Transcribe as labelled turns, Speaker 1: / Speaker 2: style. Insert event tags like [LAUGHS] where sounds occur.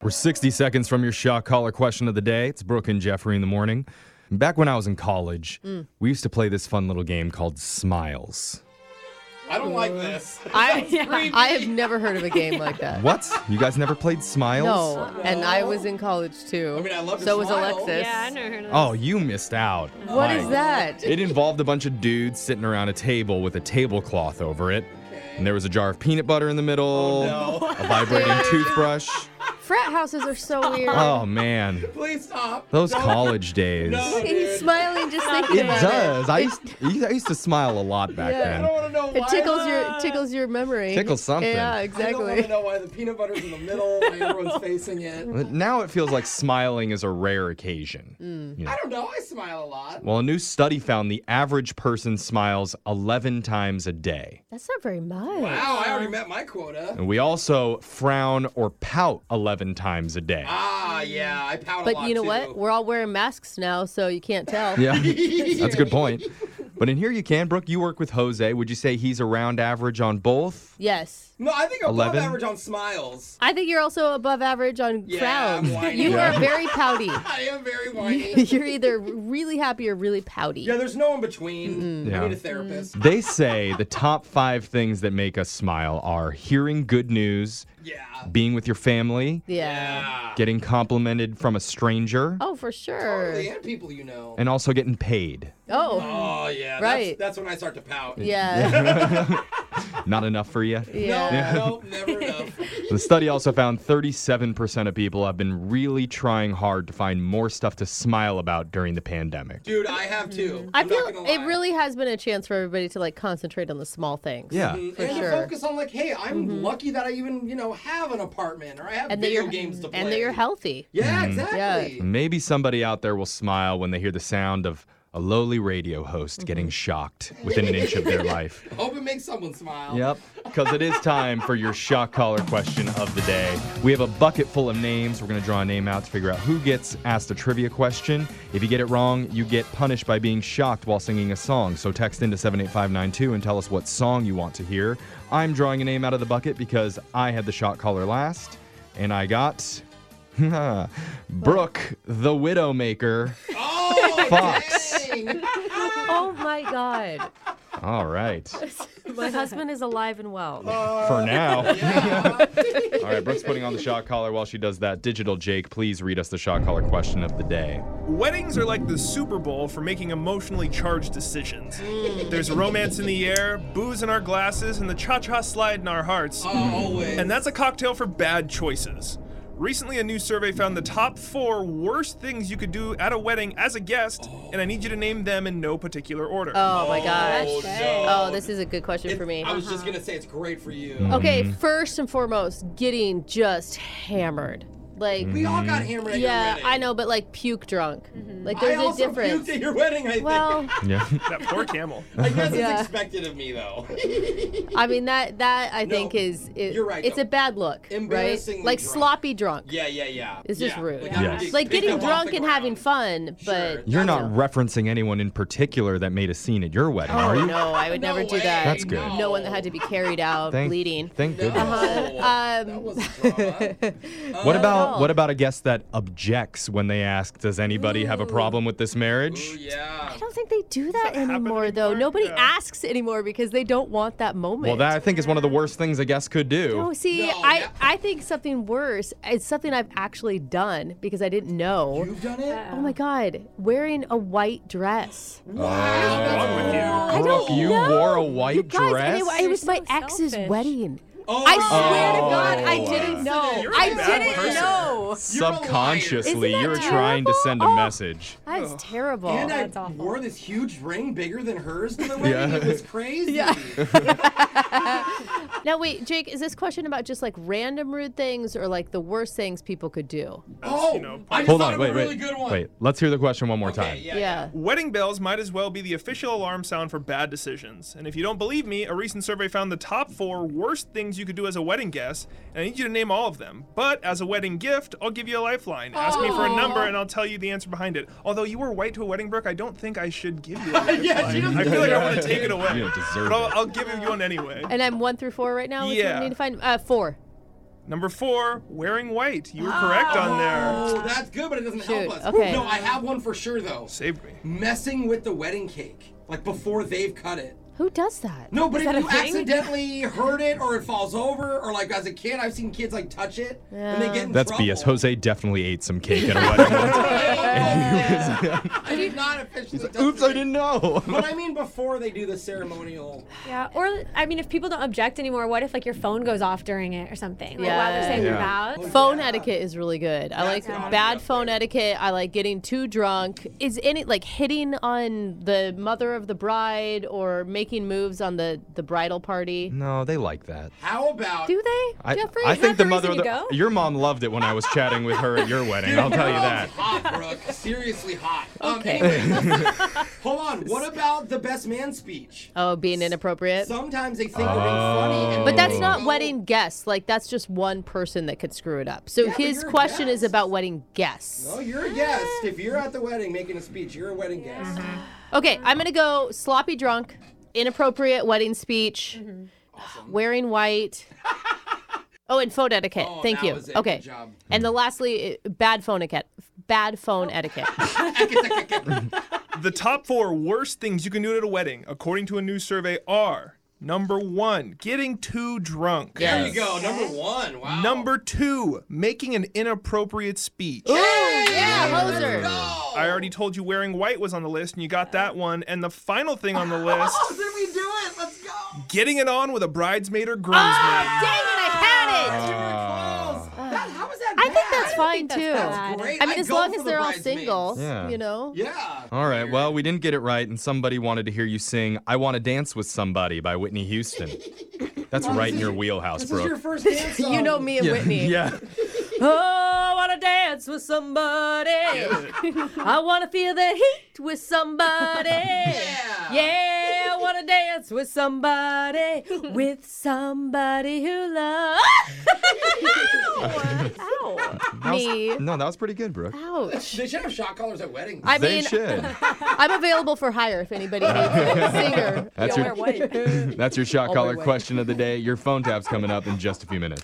Speaker 1: We're 60 seconds from your shot caller question of the day. It's Brooke and Jeffrey in the morning. Back when I was in college,
Speaker 2: Mm.
Speaker 1: we used to play this fun little game called Smiles.
Speaker 3: I don't like this. [LAUGHS]
Speaker 2: I,
Speaker 3: creepy.
Speaker 2: I have never heard of a game like that.
Speaker 1: What? You guys never played Smiles?
Speaker 2: No, and I was in college too.
Speaker 3: I mean, I love to
Speaker 2: So was
Speaker 3: smile.
Speaker 2: Alexis.
Speaker 4: Yeah, I never heard of
Speaker 1: Oh, you missed out.
Speaker 2: What
Speaker 1: Like,
Speaker 2: is that?
Speaker 1: It involved a bunch of dudes sitting around a table with a tablecloth over it. And there was a jar of peanut butter in the middle,
Speaker 2: Oh,
Speaker 1: a vibrating
Speaker 2: [LAUGHS]
Speaker 1: toothbrush.
Speaker 2: Frat houses
Speaker 3: [LAUGHS]
Speaker 2: are so weird.
Speaker 1: Oh, man.
Speaker 3: Please stop.
Speaker 1: Those college days.
Speaker 3: No.
Speaker 2: He's smiling just thinking
Speaker 1: It
Speaker 2: about it.
Speaker 1: does. I used, I used to smile a lot back
Speaker 2: Yeah.
Speaker 3: I
Speaker 1: then.
Speaker 3: don't want to know why.
Speaker 2: It tickles your it tickles your memory.
Speaker 1: Tickles something.
Speaker 2: Yeah,
Speaker 3: I don't want to
Speaker 2: exactly.
Speaker 3: know why the peanut butter's in the middle and
Speaker 2: [LAUGHS]
Speaker 3: everyone's facing it.
Speaker 1: But now it feels like smiling is a rare occasion. You know.
Speaker 3: I don't know. I smile a lot.
Speaker 1: Well, a new study found the average person smiles 11 times a day.
Speaker 2: That's not very much.
Speaker 3: Wow, I already met my quota.
Speaker 1: And we also frown or pout 11 times a day.
Speaker 3: Ah, yeah, I pout a lot
Speaker 2: But you know
Speaker 3: too.
Speaker 2: what? We're all wearing masks now, so you can't tell.
Speaker 1: Yeah,
Speaker 3: [LAUGHS]
Speaker 1: that's a good point. But in here you can. Brooke, you work with Jose. Would you say he's around average on both?
Speaker 2: Yes.
Speaker 3: No, I think I'm above
Speaker 1: 11?
Speaker 3: average on smiles.
Speaker 2: I think you're also above average on
Speaker 3: Yeah, I'm
Speaker 2: frowns.
Speaker 3: whiny.
Speaker 2: You
Speaker 1: Yeah.
Speaker 2: are very pouty. [LAUGHS]
Speaker 3: I am very whiny.
Speaker 2: you're either really happy or really pouty.
Speaker 3: yeah, there's no in
Speaker 2: Mm.
Speaker 3: between.
Speaker 1: Yeah.
Speaker 3: I need a therapist.
Speaker 1: They say the top five things that make us smile are hearing good news,
Speaker 3: Yeah.
Speaker 1: being with your family,
Speaker 2: Yeah.
Speaker 3: Yeah.
Speaker 1: getting complimented from a stranger,
Speaker 2: Oh, for sure.
Speaker 3: Totally, and people you know.
Speaker 1: and also getting paid.
Speaker 2: Oh,
Speaker 3: oh yeah.
Speaker 2: Right.
Speaker 3: That's, that's when I start to pout.
Speaker 2: yeah.
Speaker 1: Not enough for you?
Speaker 3: No,
Speaker 2: Yeah.
Speaker 1: [LAUGHS]
Speaker 3: no, never enough.
Speaker 1: The study also found 37% of people have been really trying hard to find more stuff to smile about during the pandemic.
Speaker 3: Dude, I have too.
Speaker 2: I
Speaker 3: I'm
Speaker 2: feel
Speaker 3: not gonna
Speaker 2: it
Speaker 3: lie.
Speaker 2: really has been a chance for everybody to like concentrate on the small things.
Speaker 1: Yeah.
Speaker 3: and
Speaker 2: for
Speaker 3: to
Speaker 2: sure. Mm-hmm.
Speaker 3: focus on like, hey, I'm lucky that I even you know have an apartment or I have
Speaker 2: And that
Speaker 3: video
Speaker 2: you're
Speaker 3: games to play.
Speaker 2: and that you're healthy.
Speaker 3: Yeah, exactly.
Speaker 1: Maybe somebody out there will smile when they hear the sound of a lowly radio host getting shocked within an inch of their life.
Speaker 3: Hope it makes someone smile.
Speaker 1: Yep, because it is time for your shock collar question of the day. We have a bucket full of names. We're going to draw a name out to figure out who gets asked a trivia question. If you get it wrong, you get punished by being shocked while singing a song. So text into 78592 and tell us what song you want to hear. I'm drawing a name out of the bucket because I had the shock collar last, and I got. [LAUGHS] Brooke, the Widowmaker.
Speaker 2: [LAUGHS]
Speaker 3: Oh, [LAUGHS]
Speaker 1: Fox.
Speaker 3: dang.
Speaker 2: Oh my [LAUGHS] god.
Speaker 1: All right.
Speaker 4: My husband is alive and well.
Speaker 2: Oh.
Speaker 1: For now. All right, Brooke's putting on the shot collar while she does that. Digital Jake, please read us the shot collar question of the day.
Speaker 5: Weddings are like the Super Bowl for making emotionally charged decisions. There's romance in the air, booze in our glasses, and the cha cha slide in our hearts.
Speaker 3: Oh, always.
Speaker 5: And that's a cocktail for bad choices. Recently, a new survey found the top four worst things you could do at a wedding as a guest, and I need you to name them in no particular order.
Speaker 2: Oh my
Speaker 3: Oh,
Speaker 2: gosh.
Speaker 3: no.
Speaker 2: Oh, this is a good question for me. Uh-huh.
Speaker 3: I was just gonna say it's great for you.
Speaker 2: Okay, first and foremost, getting just hammered. Like
Speaker 3: We all got hammered at your
Speaker 2: Yeah,
Speaker 3: wedding.
Speaker 2: I know, but like puke drunk. Like
Speaker 3: Mm-hmm. I
Speaker 2: there's a
Speaker 3: also puked
Speaker 2: difference.
Speaker 3: at your wedding. I think. [LAUGHS]
Speaker 2: Well,
Speaker 1: Yeah.
Speaker 5: That poor camel.
Speaker 3: I guess
Speaker 2: Yeah.
Speaker 3: it's expected of me though. [LAUGHS]
Speaker 2: I mean that that I
Speaker 3: No,
Speaker 2: think is it,
Speaker 3: you're right,
Speaker 2: It's
Speaker 3: though.
Speaker 2: a bad look, right?
Speaker 3: Embarrassingly
Speaker 2: Like
Speaker 3: drunk.
Speaker 2: sloppy drunk.
Speaker 3: yeah, yeah, yeah.
Speaker 2: It's just
Speaker 3: Yeah.
Speaker 2: rude.
Speaker 3: I
Speaker 1: Yeah.
Speaker 3: was
Speaker 2: Like
Speaker 3: picked
Speaker 2: getting
Speaker 3: up off
Speaker 2: drunk
Speaker 3: the
Speaker 2: and having
Speaker 3: ground.
Speaker 2: fun,
Speaker 3: Sure.
Speaker 2: but
Speaker 1: You're not referencing anyone in particular that made a scene at your wedding, are
Speaker 2: Oh
Speaker 1: you?
Speaker 2: no, I would
Speaker 3: No
Speaker 2: never do
Speaker 3: way,
Speaker 2: that.
Speaker 1: That's good.
Speaker 2: No one that had to be carried out
Speaker 1: Thank,
Speaker 2: Oh, bleeding.
Speaker 1: Thank
Speaker 3: No, Uh-huh.
Speaker 1: goodness.
Speaker 3: [LAUGHS]
Speaker 2: Uh-huh. Um,
Speaker 3: that wasn't drama.
Speaker 1: What about
Speaker 2: no.
Speaker 1: what about a guest that objects when they ask, "Does anybody have a problem with this
Speaker 3: Ooh,
Speaker 1: marriage?"
Speaker 3: yeah.
Speaker 2: I don't think they do that,
Speaker 5: happen
Speaker 2: anymore though.
Speaker 5: anymore?
Speaker 2: Nobody
Speaker 5: Yeah.
Speaker 2: asks anymore because they don't want that moment.
Speaker 1: Well, that I think is one of the worst things a guest could
Speaker 2: No,
Speaker 1: do.
Speaker 2: see,
Speaker 3: No,
Speaker 2: I,
Speaker 3: that-
Speaker 2: I think something worse is something I've actually done because I didn't know.
Speaker 3: You've done it.
Speaker 2: oh my God, wearing a white dress.
Speaker 5: Wrong with you.
Speaker 2: I
Speaker 1: Brooke,
Speaker 2: don't
Speaker 1: you
Speaker 2: know.
Speaker 1: wore a white
Speaker 2: you guys,
Speaker 1: dress.
Speaker 2: And it, it
Speaker 4: You're
Speaker 2: was my
Speaker 4: so
Speaker 2: ex's
Speaker 4: selfish.
Speaker 2: wedding.
Speaker 3: Oh,
Speaker 2: I swear to
Speaker 1: Oh.
Speaker 2: God, I didn't know.
Speaker 5: Oh, You're a
Speaker 2: I
Speaker 5: bad
Speaker 2: didn't
Speaker 5: person.
Speaker 2: know.
Speaker 3: You're a liar.
Speaker 1: Subconsciously,
Speaker 2: Isn't that
Speaker 1: you were trying to
Speaker 2: terrible?
Speaker 1: send a
Speaker 2: Oh.
Speaker 1: message.
Speaker 2: That is
Speaker 5: Oh.
Speaker 2: terrible.
Speaker 3: And I
Speaker 4: that's awful.
Speaker 3: wore this huge ring bigger than hers to the wedding.
Speaker 1: Yeah.
Speaker 3: It was crazy.
Speaker 2: now wait, Jake, is this question about just like random rude things or like the worst things people could do?
Speaker 3: Oh,
Speaker 5: You know,
Speaker 3: I just
Speaker 1: Hold
Speaker 3: thought
Speaker 1: on,
Speaker 3: of a
Speaker 1: wait,
Speaker 3: really
Speaker 1: wait,
Speaker 3: good one.
Speaker 1: wait. Let's hear the question one more
Speaker 3: Okay,
Speaker 1: time.
Speaker 3: yeah.
Speaker 2: Yeah.
Speaker 5: Wedding bells might as well be the official alarm sound for bad decisions. And if you don't believe me, a recent survey found the top four worst things you could do as a wedding guest, and I need you to name all of them. But as a wedding gift, I'll give you a lifeline. Ask me for a number, and I'll tell you the answer behind it. Although you were white to a wedding, Brooke, I don't think I should give you a lifeline.
Speaker 3: she doesn't
Speaker 5: I feel like I want
Speaker 1: deserve
Speaker 5: to
Speaker 3: [LAUGHS]
Speaker 5: take it away.
Speaker 1: You don't deserve
Speaker 5: but I'll,
Speaker 1: it.
Speaker 5: I'll give you one anyway.
Speaker 2: And I'm one through four right now. Which one
Speaker 5: Yeah.
Speaker 2: we need to find? Uh, four.
Speaker 5: Number four, wearing white. You were correct on there.
Speaker 3: Oh, that's good, but it doesn't help
Speaker 2: Shoot,
Speaker 3: us.
Speaker 2: okay.
Speaker 3: No, I have one for sure though.
Speaker 5: Saved me.
Speaker 3: Messing with the wedding cake, like before they've cut it.
Speaker 2: Who does that?
Speaker 3: No, but
Speaker 2: Is
Speaker 3: if
Speaker 2: that a
Speaker 3: you
Speaker 2: thing?
Speaker 3: accidentally hurt it or it falls over or like as a kid, I've seen kids like touch it and they
Speaker 2: Yeah.
Speaker 3: get in
Speaker 1: That's
Speaker 3: trouble.
Speaker 1: BS. Jose definitely ate some cake at a [LAUGHS]
Speaker 3: [LAUGHS]
Speaker 1: wedding.
Speaker 3: I did not officially. touch
Speaker 1: Oops, I
Speaker 3: it.
Speaker 1: didn't know.
Speaker 3: But I mean, before they do the ceremonial.
Speaker 6: Yeah, or I mean, if people don't object anymore, what if like your phone goes off during it or something? Like, while they're saying
Speaker 1: Yeah.
Speaker 6: about.
Speaker 2: Phone etiquette is really good. I like
Speaker 3: That's gotta be
Speaker 2: bad
Speaker 3: up
Speaker 2: phone etiquette. I like getting too drunk. Is any like hitting on the mother of the bride or making moves on the the bridal party?
Speaker 1: No, they like that.
Speaker 3: How about?
Speaker 2: Do they,
Speaker 1: I,
Speaker 2: Jeffrey?
Speaker 1: I
Speaker 6: is
Speaker 1: think
Speaker 6: that
Speaker 1: the
Speaker 6: the
Speaker 1: mother of
Speaker 6: reason
Speaker 1: the
Speaker 6: you go?
Speaker 1: your mom loved it when I was chatting with her at your wedding. I'll tell you
Speaker 3: [LAUGHS]
Speaker 1: that.
Speaker 3: Hot, Brooke. Seriously hot. Um,
Speaker 2: Okay. [LAUGHS]
Speaker 3: anyway, hold on. What about the best man speech?
Speaker 2: oh, being inappropriate.
Speaker 3: Sometimes they think they're being funny. And
Speaker 1: Oh.
Speaker 2: But that's
Speaker 3: they
Speaker 2: not
Speaker 3: go-
Speaker 2: wedding guests. Like that's just one person that could screw it up. So
Speaker 3: but
Speaker 2: his
Speaker 3: you're a
Speaker 2: question is
Speaker 3: guest.
Speaker 2: about wedding guests.
Speaker 3: Oh, you're a guest. If you're at the wedding making a speech, you're a wedding guest.
Speaker 2: Okay, I'm gonna go sloppy drunk, inappropriate wedding speech, wearing white.
Speaker 3: [LAUGHS]
Speaker 2: oh, and phone etiquette.
Speaker 3: Oh,
Speaker 2: Thank
Speaker 3: that
Speaker 2: you.
Speaker 3: was it.
Speaker 2: Okay.
Speaker 3: Good job.
Speaker 2: And the lastly, i- bad phone etiquette. Bad
Speaker 3: Oh.
Speaker 2: phone
Speaker 3: [LAUGHS]
Speaker 2: etiquette.
Speaker 5: The top four worst things you can do at a wedding, according to a new survey, are number one, getting too drunk.
Speaker 3: There you go. Number one. Wow.
Speaker 5: Number two, making an inappropriate speech.
Speaker 2: yeah, hoser.
Speaker 3: Oh,
Speaker 5: I already told you wearing white was on the list, and you got that one. And the final thing on the list,
Speaker 3: Oh, did we do it? Let's go.
Speaker 5: getting it on with a bridesmaid or groomsmaid.
Speaker 2: Dang it, I had it.
Speaker 3: We were
Speaker 1: Uh,
Speaker 3: close. That- how was that?
Speaker 2: I think that's fine
Speaker 6: that's
Speaker 2: too.
Speaker 6: bad.
Speaker 3: Great.
Speaker 2: I mean,
Speaker 3: I'd
Speaker 2: as
Speaker 3: go
Speaker 2: long
Speaker 3: for
Speaker 2: as
Speaker 3: the
Speaker 2: they're all
Speaker 3: bridesmaids.
Speaker 2: single,
Speaker 1: Yeah.
Speaker 2: you know.
Speaker 3: Yeah.
Speaker 1: All right. Well, we didn't get it right, and somebody wanted to hear you sing "I Want to Dance with Somebody" by Whitney Houston. That's
Speaker 3: Mom,
Speaker 1: right
Speaker 3: this
Speaker 1: in
Speaker 3: is
Speaker 1: your
Speaker 3: your-
Speaker 1: wheelhouse,
Speaker 3: This is your [LAUGHS]
Speaker 1: Brooke.
Speaker 2: [LAUGHS]
Speaker 3: first dance song.
Speaker 2: You know me and Whitney. [LAUGHS]
Speaker 1: yeah.
Speaker 2: Oh, I wanna dance with somebody. I wanna feel the heat with somebody.
Speaker 3: Yeah.
Speaker 2: Yeah, I wanna dance with somebody, with somebody who loves
Speaker 1: That was-
Speaker 2: me.
Speaker 1: no, that was pretty good, Brooke.
Speaker 2: Ouch.
Speaker 3: They should have shot callers at weddings.
Speaker 2: I
Speaker 1: they
Speaker 2: mean,
Speaker 1: should.
Speaker 2: I'm available for hire if anybody
Speaker 1: [LAUGHS]
Speaker 2: needs a singer.
Speaker 1: That's your,
Speaker 4: white.
Speaker 1: that's your shot
Speaker 2: I'll
Speaker 1: collar
Speaker 2: wear white.
Speaker 1: question of the day. Your phone tap's coming up in just a few minutes.